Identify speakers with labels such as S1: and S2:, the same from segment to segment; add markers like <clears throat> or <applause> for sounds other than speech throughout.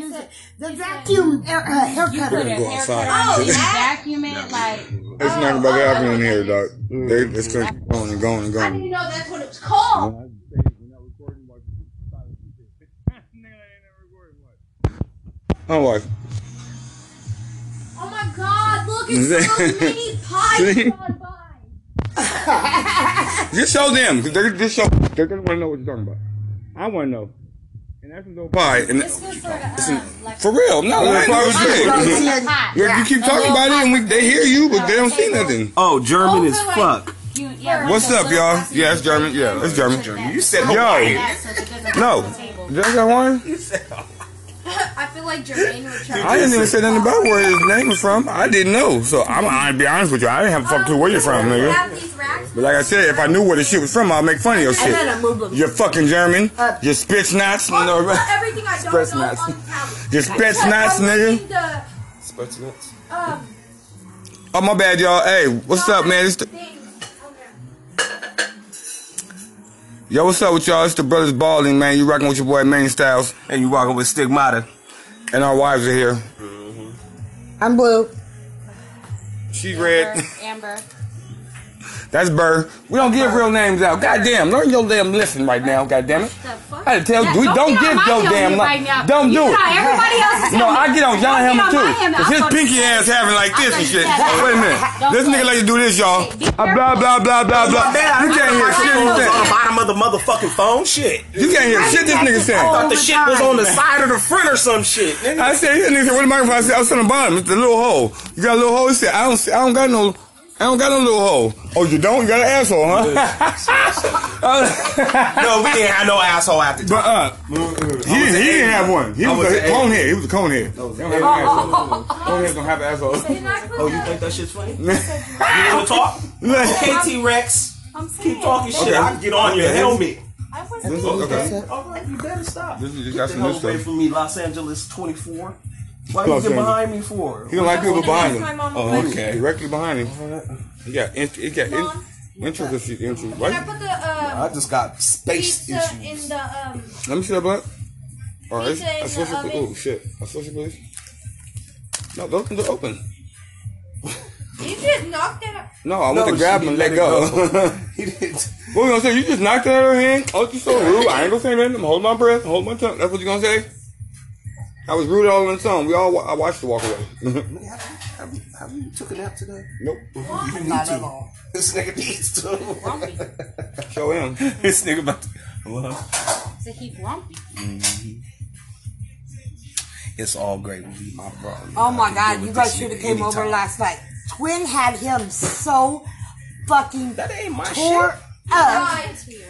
S1: said the vacuum air, uh,
S2: You
S1: haircut.
S2: put a
S3: Go
S2: haircut
S3: outside.
S2: on,
S3: Oh,
S2: it, you
S4: yeah.
S2: vacuum it, like.
S3: It's
S2: oh,
S3: nothing about
S2: oh,
S3: that happening in
S2: okay.
S3: here, dog. They, it's gonna keep going and going and
S4: oh. I didn't
S3: going.
S4: even know that's what it was called.
S3: My wife.
S4: Oh my god, look, it's so
S3: <laughs>
S4: many
S3: See?
S4: pies gone
S3: <laughs>
S4: by.
S3: Just show them. 'cause They're, just show, they're gonna wanna know what you're talking about. I wanna know. And that's no pie. And
S2: It's good for the,
S4: uh,
S2: um, like.
S3: for real, no, I ain't never
S5: <laughs>
S3: <laughs>
S1: Probably
S3: said.
S1: seeing-
S2: Hot.
S3: Look, You keep talking about it and we, they hear you, but they don't see nothing.
S6: Oh, German
S2: Also,
S6: as
S2: like,
S6: fuck.
S2: you- yeah, like
S3: What's
S2: the
S3: up,
S2: little
S3: y'all?
S2: plastic
S3: Yeah, it's German. Yeah, it's German.
S2: You
S6: said
S3: Yo, no. Just that one?
S4: I feel like Jermaine would try.
S3: I didn't even say nothing about where his name was from. I didn't know. So I'm I'll be honest with you. I didn't have a fucking clue where you're from, nigga.
S4: Have these racks.
S3: But like I said, if I knew where the shit was from, I'd make fun of your
S1: And then I
S3: shit.
S1: moved them.
S3: You're fucking German.
S1: Up.
S3: You're Spitznats.
S4: I'll
S3: You know, <laughs>
S4: put everything I don't
S3: Express
S4: know
S3: nuts.
S4: on the tablet.
S3: you're Spitznats, nigga.
S4: nigga.
S3: Spitznats.
S4: The, um,
S3: Oh, my bad, y'all. Hey, what's up, man? It's the, yo, what's up with y'all? It's the Brothers Balding, man. You rocking with your boy, Manny Styles.
S6: And you walking with stigmata.
S3: And our wives are here.
S1: Mm-hmm. I'm blue.
S3: She's
S2: Amber,
S3: red.
S2: Amber.
S3: <laughs> That's Burr. We don't give real names out. Goddamn, learn your damn lesson right now. Goddamn it.
S4: the fuck?
S3: I had to tell
S2: Yeah,
S3: you, don't,
S2: get on
S3: give
S2: my
S3: your
S2: helmet
S3: damn
S2: right
S3: li-
S2: now.
S3: Don't
S2: You
S3: do
S2: get
S3: it.
S2: on everybody else's
S3: No,
S2: helmet.
S3: I get on John
S2: Don't get on my
S3: Hammer too.
S2: helmet.
S3: Cause his
S2: I thought-
S3: pinky ass having like this and shit. Wait a minute.
S2: Don't
S3: This
S2: do
S3: nigga
S2: it.
S3: like to do this, y'all.
S2: Hey, be
S3: Uh, blah blah blah blah blah. You can't hear shit.
S6: on
S3: he
S6: the
S3: saying.
S6: bottom of the motherfucking phone. Shit.
S3: You can't hear shit. This nigga saying.
S6: Thought the shit was on the side or the front or some shit. <laughs> nigga.
S3: I said, this nigga said, where the microphone? I said, I was on the bottom. It's the little hole. You got a little hole? He said, I don't, see, I don't got no, I don't got no little hole. Oh, you don't? You got an asshole, huh?
S6: No, we didn't have no asshole after.
S3: but uh, he didn't, he didn't have one. He
S6: I
S3: was,
S6: was
S3: a
S6: an
S3: cone head. He was a cone head. Coneheads don't have assholes.
S4: Did I put
S6: Oh, you think that shit's <laughs> funny? you want to talk?
S3: <laughs> Look.
S6: KT Rex,
S4: I'm saying.
S6: keep talking shit.
S3: Okay.
S6: I can get on your helmet.
S4: I was
S3: Okay.
S6: All right, you better stop.
S3: This is just-
S6: Get
S3: that's
S6: the
S3: some new
S6: hell away
S3: stuff.
S6: from me, Los Angeles 24. Why
S3: Los
S6: you get
S3: Angeles.
S6: behind me for?
S3: He don't like people behind him.
S4: Oh,
S3: okay. Directly behind him. He got, int- he got
S4: Mom?
S3: in- intricacy. Intro.
S4: Did I
S3: What?
S4: put the um,
S6: I just got space
S4: pizza
S6: issues. <laughs>
S4: in the um?
S3: Let me see that blunt. All right.
S4: Pizza in
S3: I
S4: the
S3: switch it.
S4: oven.
S3: Oh shit. I switch it, please. No, those things are open.
S4: You just knocked it out.
S3: No, I
S6: No,
S3: want to
S6: she
S3: grab him and let
S6: didn't
S3: go.
S6: let
S3: <laughs>
S6: it
S3: what
S6: He didn't.
S3: you gonna say? You just knocked out her hand? Oh, you
S6: <laughs>
S3: so rude. I ain't gonna say nothing. I'm holding my breath. Hold my tongue. That's what you gonna say? I was rude all in its own. We all wa- I watched you walk away. <laughs>
S6: Have, have, have you took a nap today?
S3: nope.
S6: You need to. <laughs> This nigga needs to.
S2: Grumpy.
S3: Show
S4: <laughs>
S3: him.
S1: <laughs>
S6: this nigga about to. Well,
S2: So he grumpy.
S6: it's all great with me, my bro.
S1: Oh my God, you guys should have came over last night. Twin had him so fucking
S6: That ain't my
S1: tore
S6: shit.
S5: Uh.
S1: up.
S4: Lied to you.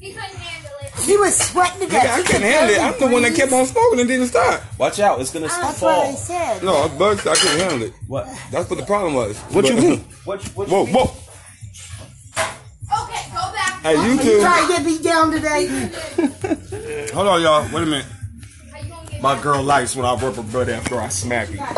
S4: He couldn't handle it.
S1: He was sweating to
S3: Nigga, I
S1: death.
S3: can't handle it. I'm the one that kept on smoking and didn't stop.
S6: Watch out, it's gonna
S1: That's what I
S6: fall.
S1: said.
S3: No, I bugged. I couldn't handle it.
S6: What?
S3: That's what the problem was.
S6: What you
S3: But-
S6: mean? What?
S3: <laughs>
S6: What?
S3: Whoa, whoa.
S4: Okay, go back.
S3: Hey, you
S1: You
S3: two.
S1: trying to get me down today?
S3: Hold on, y'all. Wait a minute.
S4: How you gonna get
S6: My girl likes when I rub her butt after I smack it.
S3: Because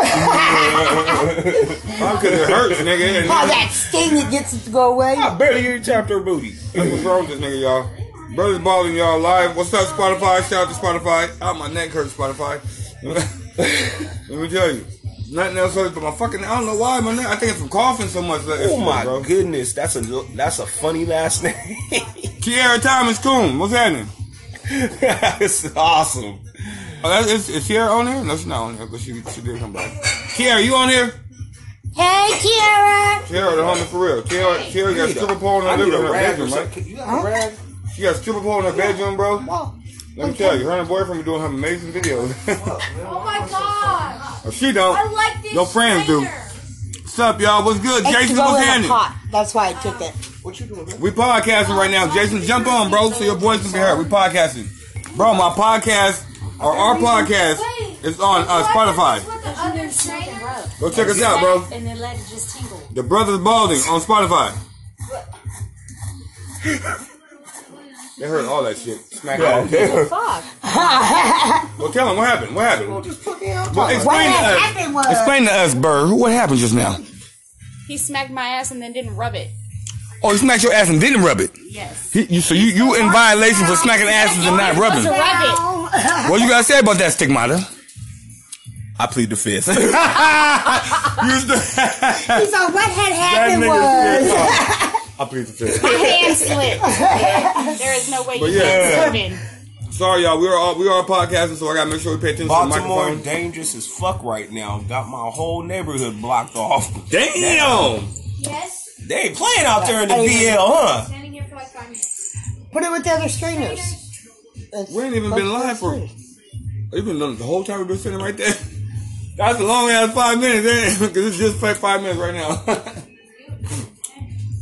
S3: it hurts, nigga. And
S1: How that sting that gets it to go away?
S3: Oh.
S6: I barely even tapped her booty.
S3: What's wrong with this nigga, y'all? Brothers balling y'all live. What's up, Spotify? Shout out to Spotify. Ah, my neck hurts, Spotify. <laughs> Let me tell you. Nothing else hurts but my fucking. I don't know why my neck. I think it's from coughing so much. Like,
S6: Oh my
S3: bro.
S6: goodness, that's a that's a funny last name. <laughs>
S3: Kiara Thomas Coon. What's happening?
S6: it's awesome.
S3: Oh, that, is, is Kiara on here? No, she's not on here, but she, she did come by. Kiara, you on here?
S1: Hey, Kiara.
S3: Kiara, the homie for real. Kiara, Kiara got stripper pole in
S6: I
S3: her
S6: need
S3: living
S6: a
S3: room,
S6: rag or
S3: bedroom, right?
S6: something. You got a rag?
S3: She got stripper pole in her bedroom, bro. Let me tell you, her and her boyfriend be doing her amazing videos. <laughs>
S4: Oh my god.
S3: If she don't.
S4: I like this.
S3: Your friends do.
S4: later.
S3: What's up, y'all? What's good?
S1: It's to
S3: Jason,
S1: go
S3: what's
S1: in a
S3: happening?
S1: pot. That's why I took it.
S6: What you doing?
S3: We podcasting right now. Jason, jump on, bro, so your voice can be heard. We podcasting. Bro, my podcast, or our podcast, is on uh, Spotify.
S4: What the other trainer?
S3: Go check us out, bro.
S2: And then let it just tingle.
S3: The Brothers Balding on Spotify. <laughs> They heard all that shit. Smack all day.
S2: Fuck.
S3: <laughs> Well, tell them what happened. What happened?
S6: Just fucking out.
S3: Well,
S1: What
S3: explain to
S1: had
S3: us.
S1: happened was
S3: Explain to us, Burr. What happened just now?
S2: He smacked my ass and then didn't rub it.
S3: Oh, he smacked your ass and didn't rub it.
S2: Yes.
S3: He, you, so you you in violation for smacking asses and not rubbing.
S2: To rub it.
S3: What you gotta say about that stigmata?
S7: I plead
S3: <laughs>
S7: the fifth.
S3: Use the-
S1: He's like, what had
S3: that
S1: happened
S3: nigga
S1: was.
S3: said, oh, <laughs> I plead the fifth.
S2: My <laughs> hand slipped. there is no way
S3: But
S2: you can
S3: yeah.
S2: slip in.
S3: Sorry, y'all. We are all, we are podcasting, so I gotta make sure we pay attention
S6: <laughs> Baltimore
S3: to the microphone.
S6: dangerous as fuck right now. Got my whole neighborhood blocked off.
S3: Damn.
S4: Yes.
S6: They ain't playing out there in the
S1: Hey.
S6: BL, huh?
S4: Standing here for like five minutes.
S1: Put it with the other streamers. That's-
S3: We ain't even
S1: that's
S3: been live for-
S1: good.
S3: You've been the whole time we've been sitting right there. <laughs> That's a long ass five minutes, ain't <laughs> it? Because it's just like five minutes right now.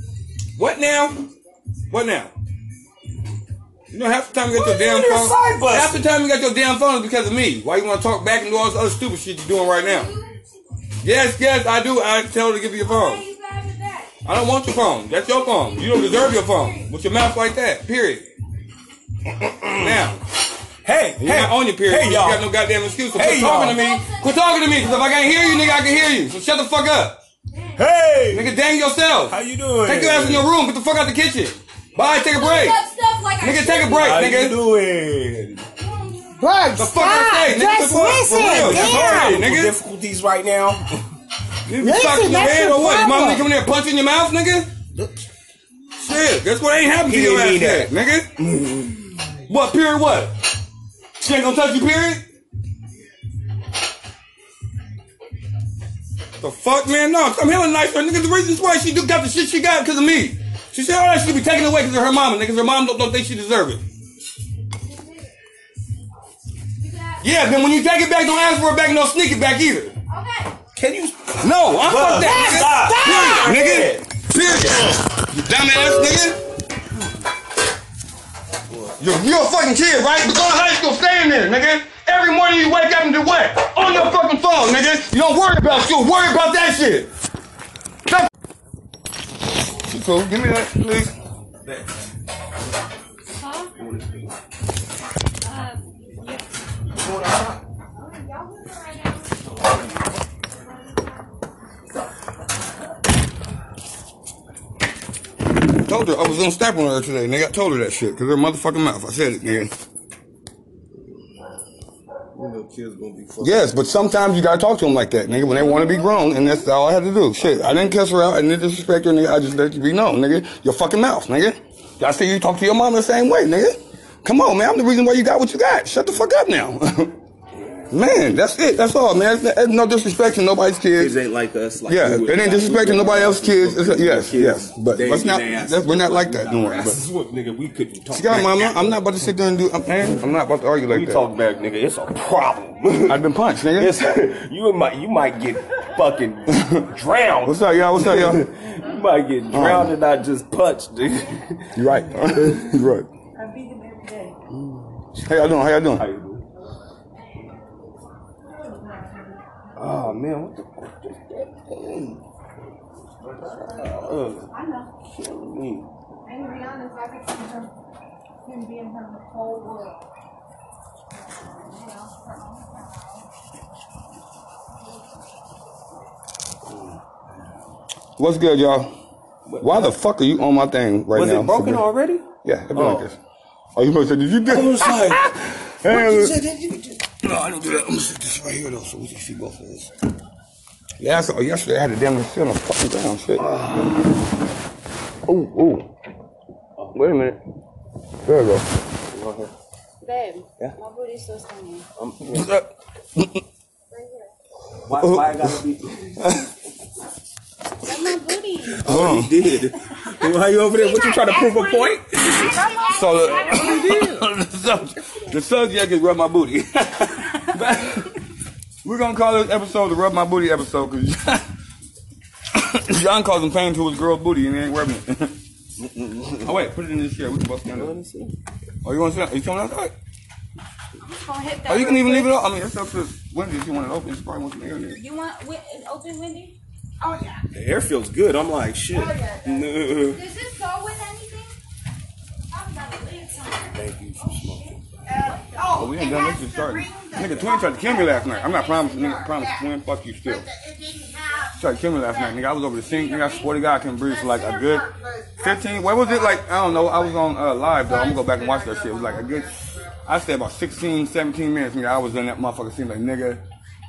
S3: <laughs> what now? What now? You know, half the time you got your
S6: What
S3: damn
S6: is your
S3: phone.
S6: side bus?
S3: Half the time you got your damn phone is because of me. Why you want to talk back and do all this other stupid shit you're doing right now? Yes, yes, I do. I tell her to give you your
S4: Why are
S3: phone.
S4: you bad with that?
S3: I don't want your phone. That's your phone. You don't deserve your phone with your mouth like that. Period. <clears throat> now.
S6: Hey,
S3: You're not on your period.
S6: Hey,
S3: you
S6: y'all.
S3: got no goddamn excuse. So quit
S6: Hey,
S3: talking to
S6: y'all.
S3: me. Quit talking to me, because if I can't hear you, nigga, I can hear you. So shut the fuck up.
S6: Hey,
S3: Nigga, dang yourself.
S6: how you doing?
S3: Take your ass in your room. Get the fuck out the kitchen. Bye, take a break.
S4: Look up stuff like I
S3: Nigga, take a
S4: shouldn't.
S3: break,
S6: How you
S3: nigga.
S6: doing?
S1: Bro,
S3: The fuck I say,
S1: stop.
S3: nigga,
S1: Just
S3: the fuck?
S1: listen.
S3: For real,
S6: Y'all
S1: Damn.
S6: having
S3: nigga.
S6: difficulties right now.
S3: You
S1: Listen,
S3: stuck in your
S1: that's
S3: head
S1: your
S3: or what? Your mom
S1: problem.
S3: nigga come in there punch you in your mouth, nigga? Shit, that's what ain't happened to
S6: He
S3: your ass
S6: didn't
S3: yet, nigga.
S6: Mm.
S3: What, period, what? She ain't gonna touch you, period? The fuck, man? No, come here and nice her, nigga. The reason why she do got the shit she got because of me. She said all that shit be taken away because of her mama, nigga. 'cause Her mom don't, don't think she deserve it. Yeah, then when you take it back, don't ask for it back and don't sneak it back either.
S4: Okay.
S6: Can you
S3: No, I fuck that,
S6: stop?
S3: nigga. Period, Ah, nigga. Period. You dumbass nigga. You're, you're a fucking kid, right? You go to high school, staying there, nigga. Every morning you wake up and do what? On your fucking phone, nigga. You don't worry about you. Worry about that shit. Stop. She cool. Give me that, please. Told her I was gonna step on her today, nigga. I told her that shit, cause her motherfucking mouth. I said it, nigga.
S6: kids gonna be fucking
S3: Yes, but sometimes you gotta talk to them like that, nigga, when they wanna be grown, and that's all I had to do. Shit, I didn't cuss her out, I didn't disrespect her, nigga. I just let you be known, nigga. Your fucking mouth, nigga. I see you talk to your mom the same way, nigga. Come on, man. I'm the reason why you got what you got. Shut the fuck up now. <laughs> man, that's it. That's all, man. That's, that's no disrespect to nobody's kids.
S6: kids ain't like us. Like
S3: Yeah,
S6: we
S3: it
S6: would-
S3: ain't
S6: like,
S3: disrespecting
S6: we would-
S3: nobody else's kids. It's a- yes,
S6: Kids,
S3: yes, but
S6: they-
S3: let's not-
S6: they ask-
S3: that's- we're not like that no more,
S6: Ass
S3: but-
S6: is what, nigga, we couldn't talk.
S3: See, <laughs> yeah,
S6: back.
S3: mama, I'm not about to sit there and do. I'm, I'm not about to argue like
S6: You
S3: that.
S6: talk back, nigga. It's a problem. <laughs>
S3: I've been punched, nigga.
S6: It's, you might you might get fucking drowned.
S3: What's up, Uh-huh. y'all? What's up, y'all?
S6: <laughs> You might get drowned and not just
S3: <laughs>
S6: punched, dude.
S3: You're right. You're right. I beat him every day. How y'all doing? How y'all doing?
S6: How you doing? Oh man, what the fuck is that thing? Uh, I know. Killing
S4: I'm
S6: me.
S4: gonna be honest, I could see her, him being her whole world.
S3: What's good, y'all? Why the fuck are you on my thing right
S6: Was
S3: now?
S6: it broken
S3: <laughs>
S6: already?
S3: Yeah, it's been
S6: Oh.
S3: like this. Oh, you supposed to? Did you do?
S6: I was like,
S3: Hey, look.
S6: no, I don't do that. I'm gonna sit this right here though, so we can see both of us.
S3: Yeah, I saw yesterday I had to damn near sit on the fucking ground. Shit.
S6: Ah.
S3: Oh, oh. Wait a minute. There we go.
S2: Babe,
S3: Yeah?
S2: my booty's so skinny.
S6: Why, why I gotta
S3: <laughs>
S6: be?
S2: That's my booty.
S3: Hold on.
S6: Oh, did. Why you over there? What you trying to prove a point?
S3: So the, so the subject is rub my booty. <laughs> We're gonna call this episode the rub my booty episode because <laughs> John causing pain to his girl booty and he ain't rubbing it. <laughs> oh wait, put it in this chair. We can both stand up. Oh, you want to sit? down? You coming outside?
S2: I'm just gonna hit that.
S3: Oh, you can
S2: real
S3: even
S2: quick.
S3: leave it up. I mean, it's up to Wendy if you want it open. She probably wants some air in there.
S2: You want wi- it open, Wendy?
S6: The air feels good. I'm like, shit. No.
S4: Does this go with anything? I'm gonna leave something.
S6: Thank you for smoking.
S3: Oh, we ain't done this. Just started. Nigga, twin tried to kill me last night. I'm not promising. Nigga, promise twin. Fuck you still. tried to kill me last night, nigga. I was over the sink, nigga. I swear to God, I can breathe for like a good 15. What was it like? I don't know. I was on uh, live though. I'm gonna go back and watch that shit. It was like a good, I say about 16, 17 minutes, nigga. I was in that motherfucker scene like, nigga,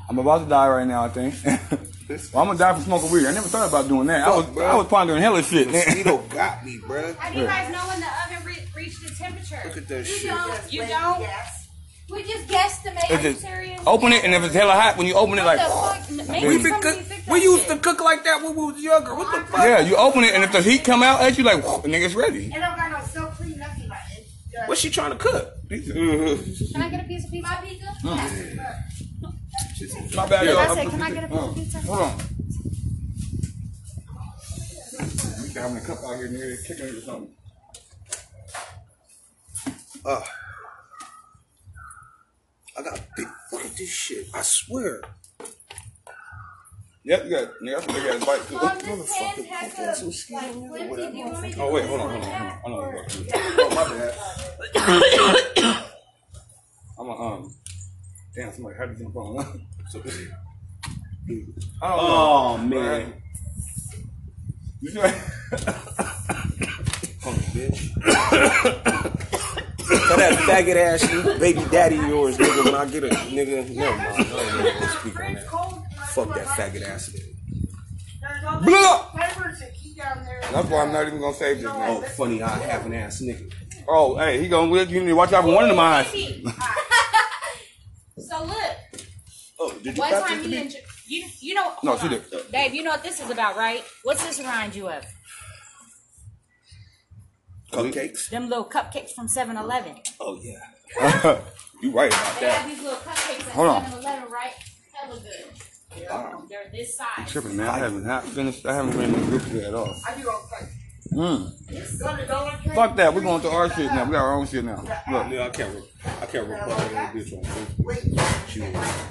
S3: I'm about to die right now, I think. <laughs> well, I'm gonna die from smoking weed. I never thought about doing that. I was
S6: Fuck, bro.
S3: I was pondering hella shit. <laughs>
S6: Mosquito got me, bruh.
S7: How do you guys know when the oven re- reached the temperature?
S6: Look at that
S7: You
S6: shit.
S7: don't. You don't.
S1: Yes.
S7: We just
S3: It's
S7: guesstimated. Are you
S3: just-
S7: serious?
S3: open it, and if it's hella hot, when you open it,
S7: What
S3: like
S7: the fuck? Maybe
S3: Oh. We
S6: We,
S7: somebody
S6: cook,
S7: fixed
S6: we
S7: that
S6: used
S7: shit.
S6: to cook like that when we was younger. What the fuck?
S3: yeah, you open it, and if the heat come out at you, like nigga, it's ready.
S1: It don't got no silk clean nothing like it.
S6: What's she trying to cook?
S3: uh,
S7: Can I get a piece of pizza? My pizza?
S3: Mm. My bad, y'all.
S7: I said, can I get a piece of pizza?
S3: Hold on. We can have a cup out here near kicking it or something.
S6: Uh, I got a big. Look at this shit. I swear.
S3: Yep, you got nigga, that's a big ass bite too.
S7: Um, this pan
S6: Motherfucker, punk
S7: has
S6: ass
S7: a
S6: mosquito.
S7: like flimsy. Do you want me to
S3: Oh wait,
S7: do
S3: hold on,
S7: it
S3: hold on,
S7: like
S3: hold on.
S7: that?
S3: Hold on. hold on.
S7: Or-
S3: Oh my bad. I'm a um. Damn, somebody had to jump on. so <laughs> busy.
S5: Oh
S3: Man.
S5: man.
S3: You sure?
S6: Punk bitch.
S5: Tell that faggot ass
S6: Baby daddy yours, nigga. When I get a nigga, no, no, I don't even wanna speak on that.
S1: Cold.
S6: Fuck that faggot ass. nigga.
S1: There's all these
S3: Blah!
S1: peppers that keep down there.
S3: <laughs> That's why I'm not even gonna save this
S6: Oh,
S3: man.
S6: funny, I have an ass nigga.
S3: Oh, hey, he gonna live. You need to watch out for one of them eyes. <laughs>
S7: So look,
S6: Oh, did you
S7: one
S6: pass it
S7: time
S6: to
S7: he
S6: me?
S7: and you, you know,
S3: No,
S7: hold
S3: she
S7: on. Babe, you know what this is about, right? What's this remind you of?
S6: Cupcakes.
S7: Them little cupcakes from 7-Eleven.
S6: Oh yeah.
S3: did. <laughs> you right about
S7: They have
S3: that.
S7: these little cupcakes at
S3: Hold on.
S7: 7-Eleven, right? Hella good. They're this size.
S3: Tripping, man. I haven't not finished. I haven't been in the group yet at all.
S1: I do all kinds.
S3: Mm.
S1: Go to Dollar Tree.
S3: Fuck that. We're going to our shit now. We got our own shit now. Look.
S6: No, I can't. Re- I can't report that little bitch on Facebook.
S1: Wait.
S6: She was.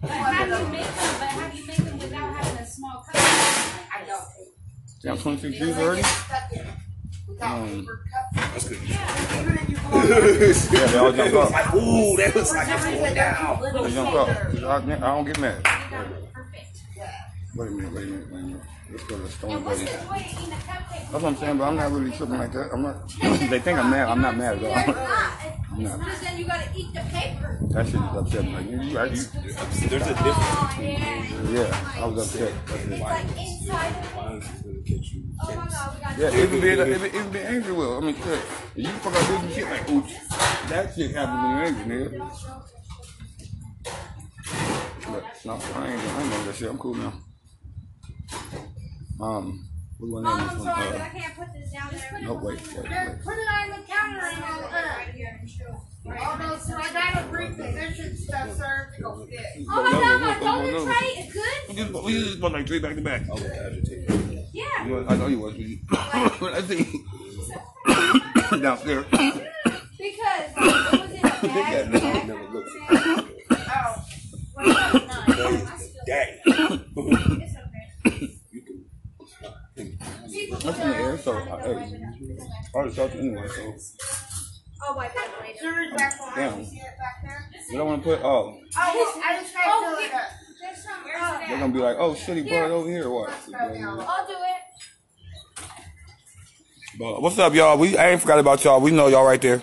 S7: But how do you make them? But how do you make them without having a small cupcake? Like, I don't.
S3: Damn, 22 G's
S1: They
S3: already?
S1: get stuck in it. We got paper cups.
S6: That's good.
S1: Even if you go on the
S3: Yeah, they all jump up.
S6: Like, ooh, that looks like it's going down.
S3: They jump up. I, I don't get mad.
S7: Perfect.
S3: Wait a minute, wait a minute, wait a minute. Let's go to the Stone
S7: And what's
S3: Brady.
S7: the joy
S3: That's
S7: of eating a cupcake?
S3: what I'm saying, but I'm not really tripping like that. I'm not. <clears throat> they think I'm mad. I'm not mad at all. <laughs> No.
S7: Because then you gotta eat the paper.
S3: That shit is upsetting. Like, you, you, you,
S6: There's a difference.
S7: Oh, yeah.
S3: yeah, I was upset.
S7: It's like inside. the-
S6: Mine is gonna catch you.
S7: Oh my god, we got
S3: Yeah, it would be, it would be, it would be angry with. I mean, shit. You fuck up some shit like, ooh, that shit happens when you're angry, nigga. But, no, I ain't, I ain't doing that shit. I'm cool now. Um, what's my name? This one? Uh,
S7: can't put this down there.
S3: no, wait, wait, wait.
S7: Put it on the counter and I'll, uh,
S1: Although, so I got a pre-positioned stuff served to go fit.
S7: Oh my
S3: No,
S7: god,
S3: no,
S7: my
S3: no, no,
S7: golden
S3: no.
S7: tray is good?
S3: We just, we just went like three back to back.
S6: I was agitated.
S7: Yeah.
S3: You know, I know you was. you- <coughs> I think <coughs> downstairs. <coughs>
S7: Because like, it was
S3: <laughs>
S7: in a bag.
S3: Big
S7: bag
S6: Never looked.
S7: <laughs>
S1: Oh,
S6: Daddy. You can.
S3: That's in the air, so I, hey, I already talked to anyway. So
S7: Oh, wipe that later.
S1: Sherry's back behind
S3: Damn.
S1: you. See it back there?
S3: they don't want to put. Oh,
S1: Oh, well, I just tried
S7: Oh,
S1: to fill it
S8: <coughs>
S1: up.
S3: they're gonna be like, oh shit, he brought it over here. What?
S7: I'll do it.
S3: But what's up, y'all? We I ain't forgot about y'all. We know y'all right there.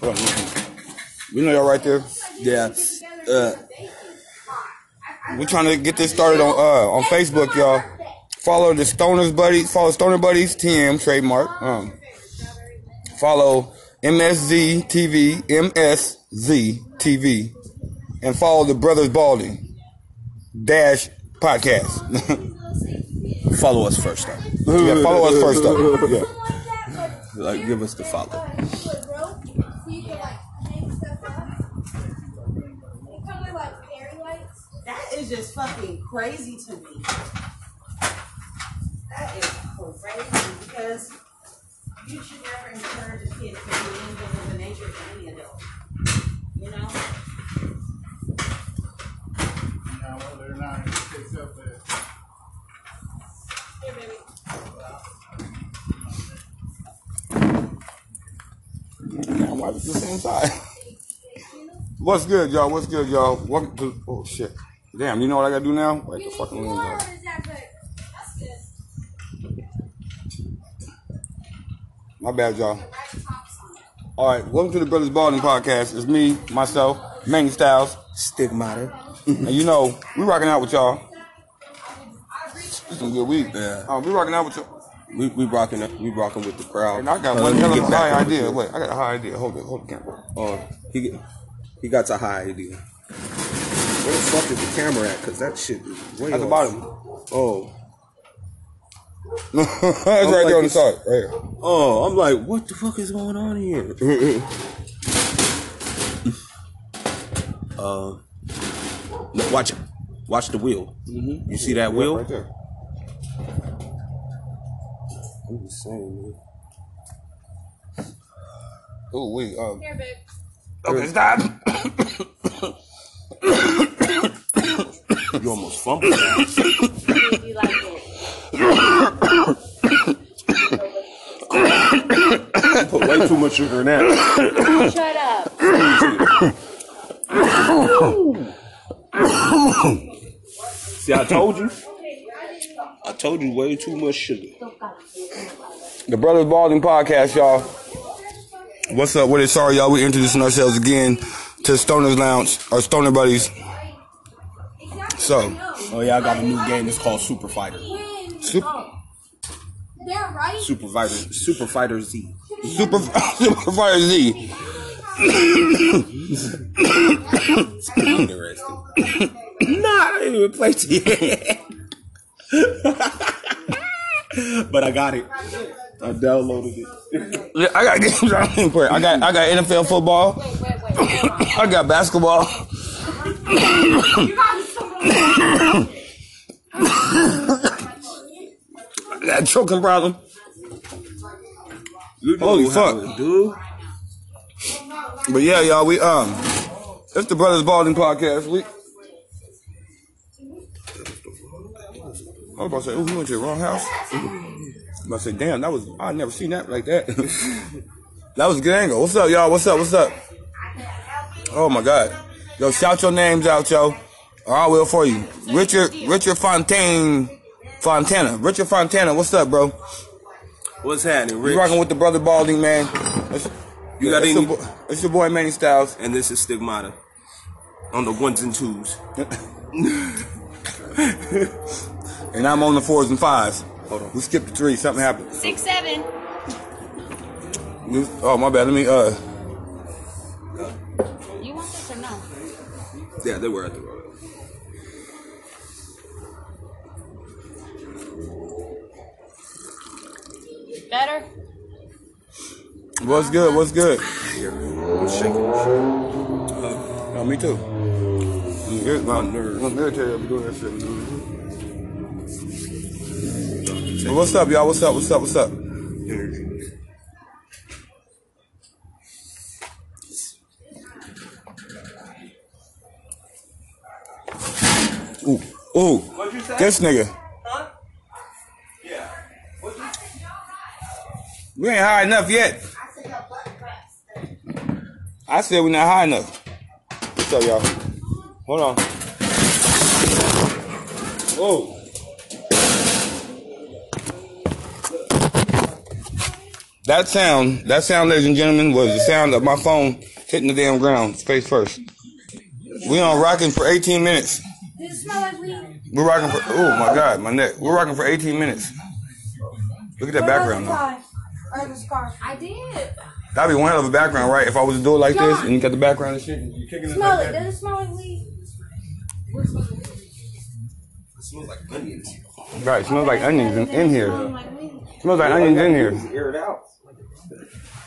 S3: Hold on, We know y'all right there.
S6: Yeah. Uh,
S3: We're trying to get this started on uh on Facebook, y'all. Follow the Stoners Buddies. Follow Stoner Buddies TM trademark. Um, follow MSZ TV MSZ TV, and follow the Brothers Balding Dash Podcast. <laughs>
S6: follow us first, though.
S3: yeah, follow us first though. Yeah.
S6: Like, give us the follow.
S1: That is just fucking crazy to me. That is crazy because you should never encourage a kid to do anything of the nature of any adult. You know?
S9: Now, whether or not it picks up a
S3: Damn, why is it the same side? What's good, y'all? What's good, y'all? Welcome to. Oh shit! Damn, you know what I gotta do now? Wait, the fucking lens off. My bad, y'all. All right, welcome to the Brothers Balding podcast. It's me, myself, Manny Styles,
S6: Stigmata.
S3: And you know, we rocking out with y'all. This some good week.
S6: Yeah.
S3: Uh, we rocking out with y'all.
S6: We we rocking up. We rocking with the crowd.
S3: And I got
S6: Uh,
S3: one
S6: let me
S3: hell of a
S6: get back
S3: high
S6: over
S3: idea.
S6: here.
S3: Wait, I got a high idea. Hold it, hold the camera. <laughs>
S6: Oh, he he got a high idea. Where the fuck is the camera at? Cause that shit is way
S3: At the
S6: off.
S3: bottom.
S6: Oh,
S3: it's right there on the side. Right here.
S6: oh, I'm like, what the fuck is going on here? uh, no, watch it. Watch the wheel. You see that wheel?
S3: Right there.
S6: I'm just saying, man.
S3: Ooh, we. Um,
S2: Here, babe.
S3: okay, stop.
S6: You almost fumbled.
S2: If you like it.
S6: Put way too much sugar in that.
S2: <coughs> Shut up.
S6: <coughs> See, I told you. I told you way too much sugar.
S3: The Brothers Balding Podcast, y'all. What's up with it? Sorry, y'all. We're introducing ourselves again to Stoner's Lounge or Stoner Buddies. So,
S6: Oh yeah, I got a new game. It's called Super Fighter.
S4: They're right.
S6: Super Fighter. Super Fighter Z.
S3: Super, <laughs> Super Fire Z.
S1: Oh,
S6: Interesting. nah, I didn't even play it yet. but I got it. I downloaded it.
S3: Yeah, I got games I didn't play. I got I got NFL football.
S2: Wait, wait, wait. Hold on.
S3: <coughs> I got basketball. I got choking problem. Holy fuck.
S6: dude!
S3: But yeah, y'all, we um, it's the Brothers Balding podcast. We. I was about to say, oh, we went to the wrong house. I was about to say, damn, that was I never seen that like that. <laughs> that was a good angle. What's up, y'all? What's up? What's up? Oh my God, yo, shout your names out, yo, or I will for you. Richard, Richard Fontaine, Fontana, Richard Fontana. What's up, bro?
S6: What's happening, Rich?
S3: You rocking with the brother Balding, man. It's,
S6: You got
S3: it's
S6: any-
S3: Your boy, it's your boy Manny Styles.
S6: and this is Stigmata on the ones and twos.
S3: and I'm on the fours and fives.
S6: Hold on.
S3: We skipped the three. Something happened.
S2: Six, seven.
S3: You- Oh my bad. Let me. Uh,
S2: You want this or no?
S6: Yeah, they were at the road.
S2: Better?
S3: what's good? What's good?
S6: Here, I'm shaking.
S3: No, me too. Here's my nerves. I'm irritated. I'm doing that shit. But what's up, y'all? What's up? What's up? What's up?
S6: Energy.
S3: Ooh, ooh. This nigga. Huh? We ain't high enough yet. I said we're not high enough. What's up, y'all? Hold on. Whoa. That sound, that sound, ladies and gentlemen, was the sound of my phone hitting the damn ground face first. We on rocking for 18 minutes.
S4: Does it smell like weed?
S3: We're rocking for oh my god, my neck. We're rocking for 18 minutes. Look at that background though.
S4: Or the scarf.
S7: I did.
S3: That'd be one hell of a background, right? If I was to do it like this and you got the background and shit.
S4: Smell it. Does it smell like weed?
S6: It smells like onions.
S3: Right, smells like onions in, in here.
S4: Smelling like weed.
S3: Smells like onions in here.
S6: Air it out.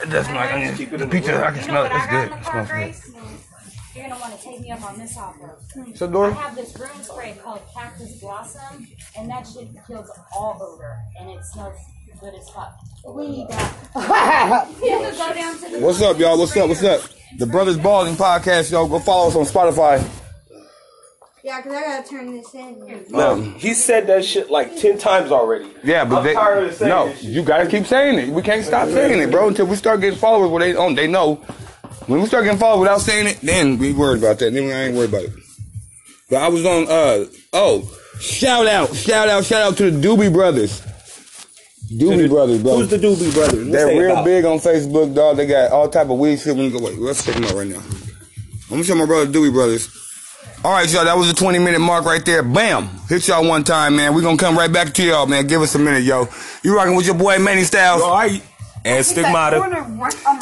S3: It does smell like onions. The pizza, I can
S7: You know
S3: smell it.
S7: what I
S3: It's
S7: got in
S3: good.
S7: the
S3: It
S7: car,
S3: smells good.
S7: Grace? You're gonna wanna take me up on this offer.
S3: So
S7: I
S3: Dora,
S7: have this room spray called Cactus Blossom, and that shit kills all odor, and it smells good as fuck.
S4: Weed. uh,
S3: what's up, y'all? What's up? What's up? The Brothers Balding podcast, y'all. Go follow us on Spotify.
S4: Yeah, because I got to turn this in.
S3: Um,
S6: He said that shit like ten times already.
S3: yeah, but
S6: I'm
S3: they
S6: tired of saying
S3: no,
S6: this shit.
S3: you gotta keep saying it. We can't stop saying it, bro, until we start getting followers where they on. They know when we start getting followers without saying it, then we worried about that. Then we ain't worried about it. But I was on uh oh shout out shout out shout out to the Doobie Brothers. Doobie Brothers, bro.
S6: Who's the Doobie Brothers? What's
S3: They're
S6: they
S3: real
S6: about?
S3: big on Facebook, dog. They got all type of weird shit. When you go, wait, let's check them out right now. I'm gonna show my brother Dewey Brothers. All right, y'all. That was the 20 minute mark right there. Bam. Hit y'all one time, man. we going to come right back to y'all, man. Give us a minute, yo. You rocking with your boy Manny Styles. All right. And Stigmata.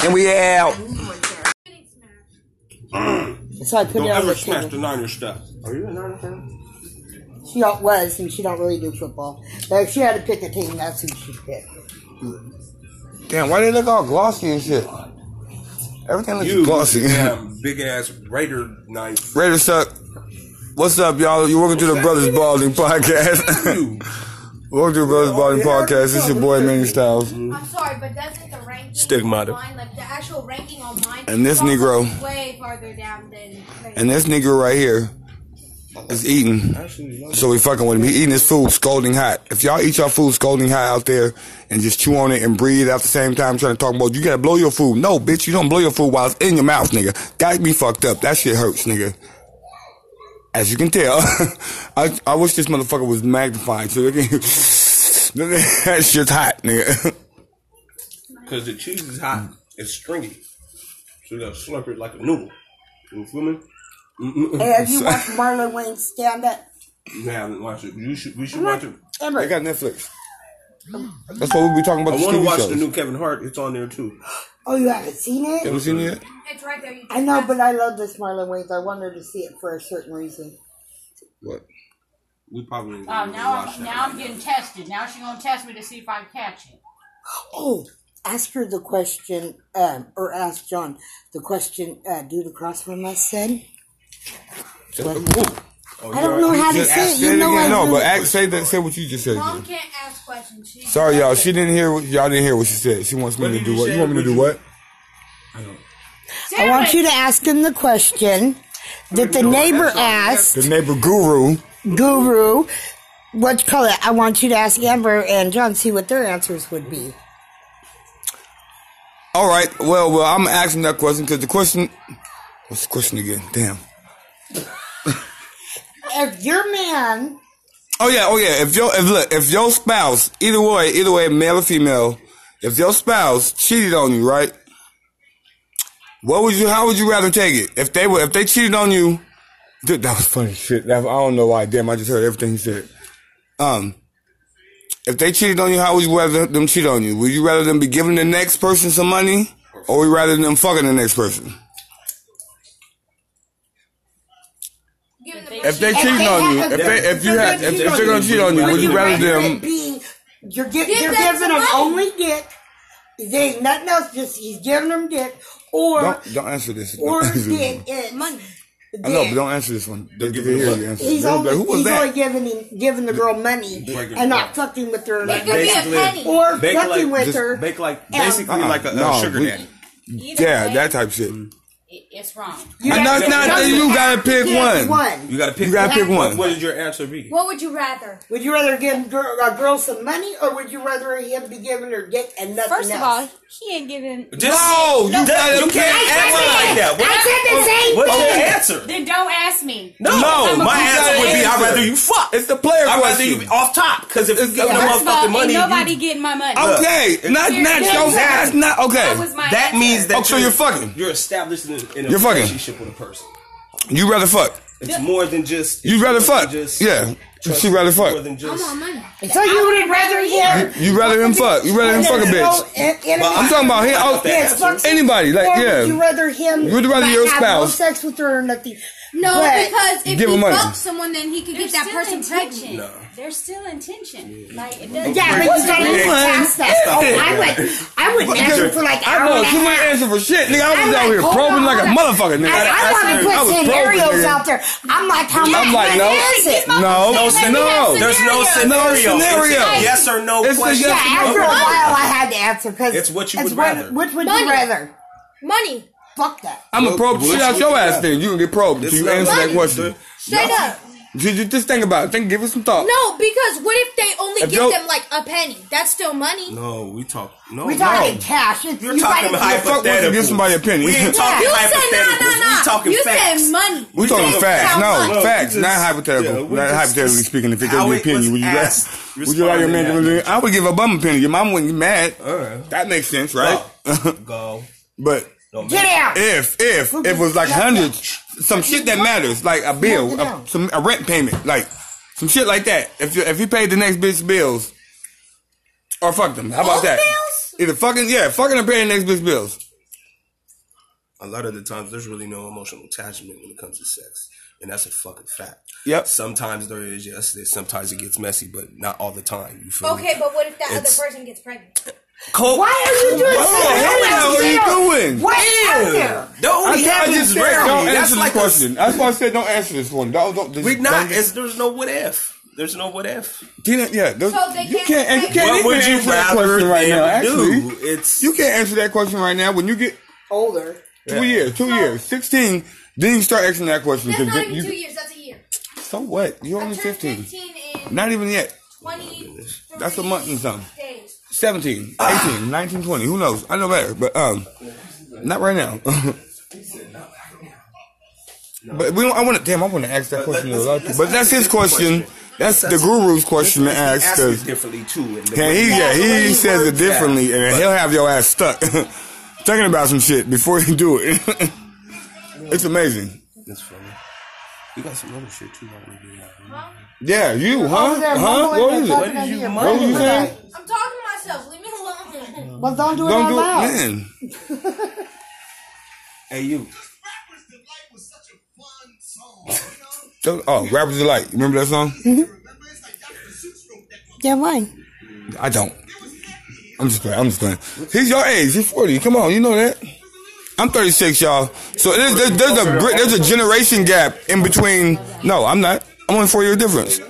S3: And we out.
S5: So I put
S6: Don't
S5: it on
S6: ever
S5: the
S6: smash
S5: table.
S6: the Niners stuff. Are you a Niners fan?
S5: She don't was, and she don't really do football. But if she had to pick a team, that's who she'd
S3: <laughs>
S5: pick.
S3: Damn, why they look all glossy and shit? Everything looks
S6: You,
S3: glossy. <laughs>
S6: damn big ass Raider knife.
S3: Raiders suck. What's up, y'all? You're welcome to the Brothers Balding <laughs> podcast.
S6: You.
S3: welcome to the Brothers Balding podcast. It's your boy Manny Styles.
S8: I'm sorry, but doesn't the ranking
S6: Stigmata.
S8: online, like the actual ranking online,
S3: And this
S8: is also
S3: Negro.
S8: way farther down than. than-
S3: And this nigga right here is eating. So we fucking with him. He eating his food scalding hot. If y'all eat your food scalding hot out there and just chew on it and breathe at the same time trying to talk about you gotta blow your food. No, bitch, you don't blow your food while it's in your mouth, nigga. That be fucked up. That shit hurts, nigga. As you can tell, <laughs> I, I wish this motherfucker was magnified so they can. <laughs> that shit's hot, nigga. <laughs>
S6: Because the cheese is hot. It's stringy. So you gotta slurp it like a noodle. You feel me? Mm-mm.
S5: Hey, have you watched Marlon Wayne stand up?
S6: You haven't watched it. You should, we should watch it.
S3: They got Netflix. That's what we'll be talking about.
S6: I
S3: the
S6: want to
S3: TV
S6: watch
S3: shows.
S6: the new Kevin Hart. It's on there too.
S5: Oh, you haven't seen it?
S3: Haven't seen it yet?
S8: It's right there. You
S5: I know, but I love this Marlon Wayans. I wanted to see it for a certain reason.
S3: What?
S6: We probably ain't
S7: Oh,
S6: gonna
S7: now
S6: watch
S7: I'm
S6: that.
S7: now I'm getting tested. Now she's gonna test me to see if I catch it.
S5: Oh, ask her the question, um, or ask John the question, uh, dude across from us said.
S6: Oh,
S5: I
S6: you're
S5: don't know
S6: right.
S5: how to
S6: Just
S5: say
S6: ask
S5: it. You
S6: that
S5: know
S6: again.
S5: I
S3: no,
S5: really-
S3: but act, say that. Say what you just said. again.
S8: Mom can't ask questions. She
S3: Sorry, y'all. She didn't hear. What, y'all didn't hear what she said. She wants me
S6: What
S3: to
S6: did
S3: do
S6: you
S3: what?
S6: say?
S3: You want me to do
S6: What
S3: what?
S5: I want you to ask him the question that the neighbor asked
S3: The neighbor guru.
S5: Guru. What you call it? I want you to ask Amber and John see what their answers would be.
S3: All right. Well, well, I'm asking that question because the question. What's the question again? Damn.
S5: If your man,
S3: Oh yeah. Oh yeah. If your if look if your spouse either way either way male or female if your spouse cheated on you right. What would you? How would you rather take it? If they were if they cheated on you. Dude, that was funny shit. That, I don't know why. Damn, I just heard everything he said. Um, if they cheated on you, how would you rather them cheat on you? Would you rather them be giving the next person some money, or would you rather them fucking the next person?
S8: given the
S3: If they
S5: If
S3: cheating
S5: they
S3: on you,
S5: have-
S3: if they if you
S5: if they
S3: have if,
S5: cheat
S3: if
S5: on
S3: they're gonna
S6: you,
S3: cheat on you,
S6: would
S3: would you
S6: you
S3: rather
S5: rather
S3: them?
S5: it being you're get,
S8: Give
S5: you're
S8: them
S5: giving
S8: some
S5: him
S8: money.
S5: only dick. There ain't nothing else. Just he's giving him dick, or
S3: Don't don't answer this. Don't <laughs>
S5: or
S3: answer this
S5: dick.
S3: one.
S5: It's
S8: money.
S3: I know, but don't answer this one. They they can hear you answer.
S5: He's
S3: They'll be
S5: only,
S3: like, Who was
S5: he's only
S3: that?
S5: giving him, giving the girl money
S6: Breaking
S5: and not
S6: up.
S5: fucking with her,
S8: It could be a
S6: Basically,
S8: penny.
S5: or
S6: Bake
S5: fucking
S6: like,
S5: with
S6: just
S5: her.
S6: bake like
S5: and-
S6: basically
S3: Uh-uh.
S6: like a, a
S3: No,
S6: sugar
S3: we-
S6: daddy.
S7: Either
S3: Yeah,
S7: way,
S3: that type shit.
S7: it- it's wrong.
S5: You
S3: I know it's not that you gotta pick
S5: Pick
S3: one.
S5: one.
S6: You gotta pick.
S3: You gotta pick
S6: What-
S3: one.
S6: What did your answer be?
S8: What would you rather?
S5: Would you rather give girl, a girl some money, or would you rather him be giving her dick and nothing
S2: First
S5: else?
S2: of all, he ain't giving.
S6: Just,
S3: No, you gotta-
S6: you can't answer like that. What,
S5: I
S6: what's your answer?
S7: Then don't ask me.
S6: No,
S3: No,
S6: my
S3: you
S6: answer
S3: gotta
S6: would be I'd
S3: answer.
S6: rather you fuck.
S3: It's the player
S6: I'd rather you
S3: question.
S6: be oh, off top because if it's giving the
S2: First of all,
S6: motherfucking
S2: ain't
S6: money,
S2: nobody
S6: you,
S2: getting my money.
S3: Okay, not
S2: Here,
S3: not
S2: here's
S3: your.
S2: that.
S3: That's not
S2: That
S3: okay.
S2: was my
S6: that
S2: answer.
S6: means that
S3: Oh, so you're fucking.
S6: You're established in a, in a
S3: You're fucking.
S6: relationship with a person.
S3: You rather fuck.
S6: It's more than just.
S3: You
S6: it's
S3: rather
S6: more than
S3: fuck. Yeah.
S6: trust.
S3: She rather
S6: It's
S3: fuck.
S6: More than just.
S8: money.
S5: So you would rather him?
S3: You rather him fuck. You rather him fuck a bitch. I'm talking about him.
S6: Yes,
S3: Oh,
S5: fuck-
S3: anybody. Like
S5: Or would you
S3: yeah.
S5: rather him?
S3: You would rather your
S5: have no
S3: spouse-
S5: sex with her or nothing.
S8: No,
S5: But-
S8: because if
S3: Give
S8: he
S3: him money.
S8: fucks someone, then he could get that person pregnant.
S7: There's still intention. Like it doesn't.
S5: Yeah, but you gotta get past that. Oh, I would, I would answer for like
S3: I
S5: hour
S3: know
S5: and a
S3: she might
S5: half.
S3: answer for shit, nigga. I
S5: I'm
S3: was
S5: like,
S3: out here
S5: hold on,
S3: probing like a
S5: hold on.
S3: motherfucker, nigga.
S5: I, I
S3: I
S5: want to put
S3: was probing,
S5: scenarios
S3: nigga.
S5: out there. I'm like, how much
S3: I'm like,
S5: money
S3: no.
S5: is it?
S3: No,
S6: No,
S3: no.
S6: There's no
S3: No
S6: scenario.
S3: scenario.
S6: It's a yes or no
S3: It's a
S6: question.
S5: Yeah,
S3: yes or
S5: after
S3: no
S5: a while, I had to answer because
S6: It's what you would rather.
S5: Which would
S8: Money.
S5: you rather?
S8: Money.
S5: Fuck that.
S3: I'm gonna probe the
S6: Well,
S3: shit out
S6: that's
S3: your
S6: what you
S3: ass
S6: got.
S3: then. You can get probed if
S6: It's
S3: you
S6: not
S3: answer that
S6: money.
S3: question.
S8: Straight up.
S3: Ju- ju- Just think about it. Think, give it some thought.
S8: No, because what if they only
S3: If
S8: give
S3: you're-
S8: them like a penny? That's still money.
S6: No, we talk.
S3: Oh,
S6: No,
S5: We talking cash. It's,
S6: You're
S5: you
S6: talking
S5: gotta-
S6: hypotheticals.
S3: fuck wants to give somebody a penny?
S6: We ain't talking
S8: You said
S6: hypotheticals.
S8: no, no, no.
S6: We talking
S8: you
S6: facts.
S8: said money.
S3: We talking
S6: talking
S3: facts,
S8: about
S3: no
S8: money.
S3: facts,
S6: We
S3: not
S6: just-
S3: hypothetical,
S6: yeah, we
S3: not
S6: just-
S3: hypothetically
S6: just
S3: speaking. If it gives
S6: how
S3: you
S6: it
S3: an opinion,
S6: was
S3: would you
S6: asked,
S3: rather? <laughs> Would you allow your man to?
S6: responding
S3: really- I would give a bum a penny. Your mom wouldn't be mad.
S6: Alright.
S3: That makes sense, right?
S6: Go.
S3: <laughs> but
S6: Don't
S5: Get
S6: make-
S5: out.
S3: if if if it was like hundreds, some shit that matters, like a bill,
S5: Knock it
S3: a,
S5: down.
S3: some a rent payment, like some shit like that. If you if you paid the next bitch bills, or fuck them. How about
S8: Both
S3: that?
S8: bills?
S3: Either fucking yeah, fucking or paying the next bitch bills.
S6: A lot of the times, there's really no emotional attachment when it comes to sex, and that's a fucking fact.
S3: Yep.
S6: Sometimes there is, yes. there's- Sometimes it gets messy, but not all the time. You feel me?
S8: Okay, but what if that
S6: It's-
S8: other person gets pregnant?
S5: Why are you doing
S3: What the hell are
S5: something?
S3: you doing?
S5: What is out there?
S6: Don't
S3: I,
S6: we
S3: I
S6: have
S3: just
S6: this
S3: read.
S6: rarely?
S3: Don't
S6: That's
S3: answer this
S6: like a
S3: question. That's why I said don't answer this one. Don't, don't,
S6: We
S3: just
S6: not.
S3: don't-
S6: It's, there's no what if. There's no what if.
S3: Tina, yeah, those,
S8: So they
S3: you
S8: can't
S3: can't. and You
S8: say-
S3: can't
S6: What
S3: even
S6: would you
S3: answer that
S6: rather
S3: question right
S6: them
S3: now.
S6: do?
S3: Actually,
S6: It's
S3: you can't answer that question right now. When you get
S5: Older.
S3: two years, two years, sixteen, then you start asking that question.
S8: That's
S3: 'cause
S8: not even
S3: you-
S8: two years. That's a year.
S3: So what? You're
S8: I
S3: only
S8: turned
S3: 15.
S8: 15 in
S3: Not even yet.
S8: 20.
S3: That's a month and something.
S8: Days.
S3: 17,
S8: <sighs>
S3: 18, 19, 20. Who knows? I know better, but um, not right now. <laughs> but we don't. I want to. Damn, I want to ask that
S6: But
S3: question to a
S6: let's-
S3: lot of
S6: let's
S3: people. But that's
S6: ask a
S3: his
S6: different
S3: question.
S6: question.
S3: That's the
S6: Let's-
S3: guru's question to
S6: Let's
S3: ask.
S6: ask it
S3: 'cause-
S6: differently too. And the
S3: Yeah,
S6: way-
S3: he, yeah,
S5: way
S3: he,
S5: he
S3: says it
S5: words
S3: differently,
S6: that.
S3: and
S6: But-
S3: he'll have your ass stuck <laughs> thinking about some shit before you do it. <laughs> it's amazing.
S6: That's funny. We got some other shit too. That we do.
S3: Yeah,
S8: Oh,
S3: you, huh?
S5: Over there,
S3: Huh?
S5: mumbling
S3: What
S5: and
S3: is
S5: talking
S3: it?
S6: What did
S5: under
S6: you
S5: your
S6: mumble?
S5: breath
S3: What were you
S5: tonight.
S3: saying?
S8: I'm talking to myself. Leave me alone.
S5: Well, don't do it
S3: Don't
S5: out
S3: do it,
S5: loud.
S3: man.
S6: Hey, you.
S3: Don't- Oh, rappers delight. You remember that song?
S5: Yeah, mine.
S3: I don't. I'm just playing. I'm just playing. He's your age. He's 40. Come on, you know that. I'm 36, y'all. So there's, there's, there's a gr- there's a generation gap in between. No, I'm not. I'm only four year difference.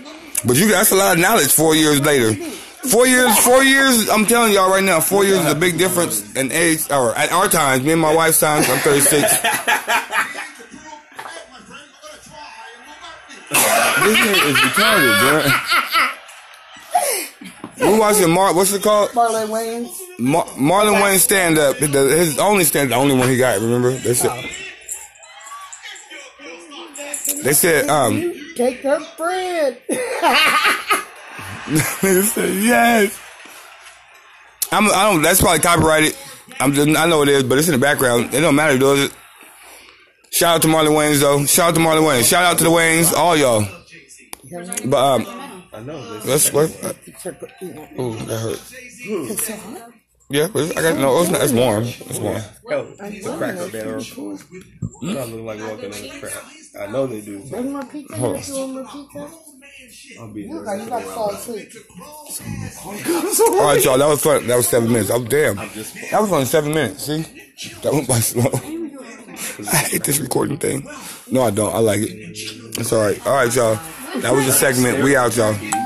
S3: But you that's a lot of knowledge four years later. Four years, four years. I'm telling y'all right now, four years is a big difference in age. Or at our times, me and my wife's times, I'm 36. This nigga is retarded, bro. We watching Mar. What's it called?
S5: Marlon Wayans.
S3: Mar- Marlon Wayne stand up. His only stand, the only one he got. Remember? They said. They said. Um.
S5: Take the bread.
S3: they said yes. I'm. I don't. That's probably copyrighted. I'm. Just, I know it is, but it's in the background. It don't matter, does it? Shout out to Marlon Wayne's though. Shout out to Marlon Wayne. Shout out to the Waynes, all y'all. But um,
S6: I know. They,
S3: let's. What, Ooh, that hurt. Yeah, but it's- I got no. It's not. It's warm. It's warm.
S6: yo, it's a cracker bear. I look like walking on a crack. I know they do.
S5: One more pizza.
S3: Hold
S5: You want more pizza?
S6: I'll be
S5: You got, you got to fall asleep.
S3: All right, y'all. That was fun. That was seven minutes. Oh damn.
S6: just
S3: That was only seven minutes. See, that went by slow. <laughs> I hate this recording thing. No, I don't. I like it. It's all right. All right, y'all. That was the segment. We out, y'all.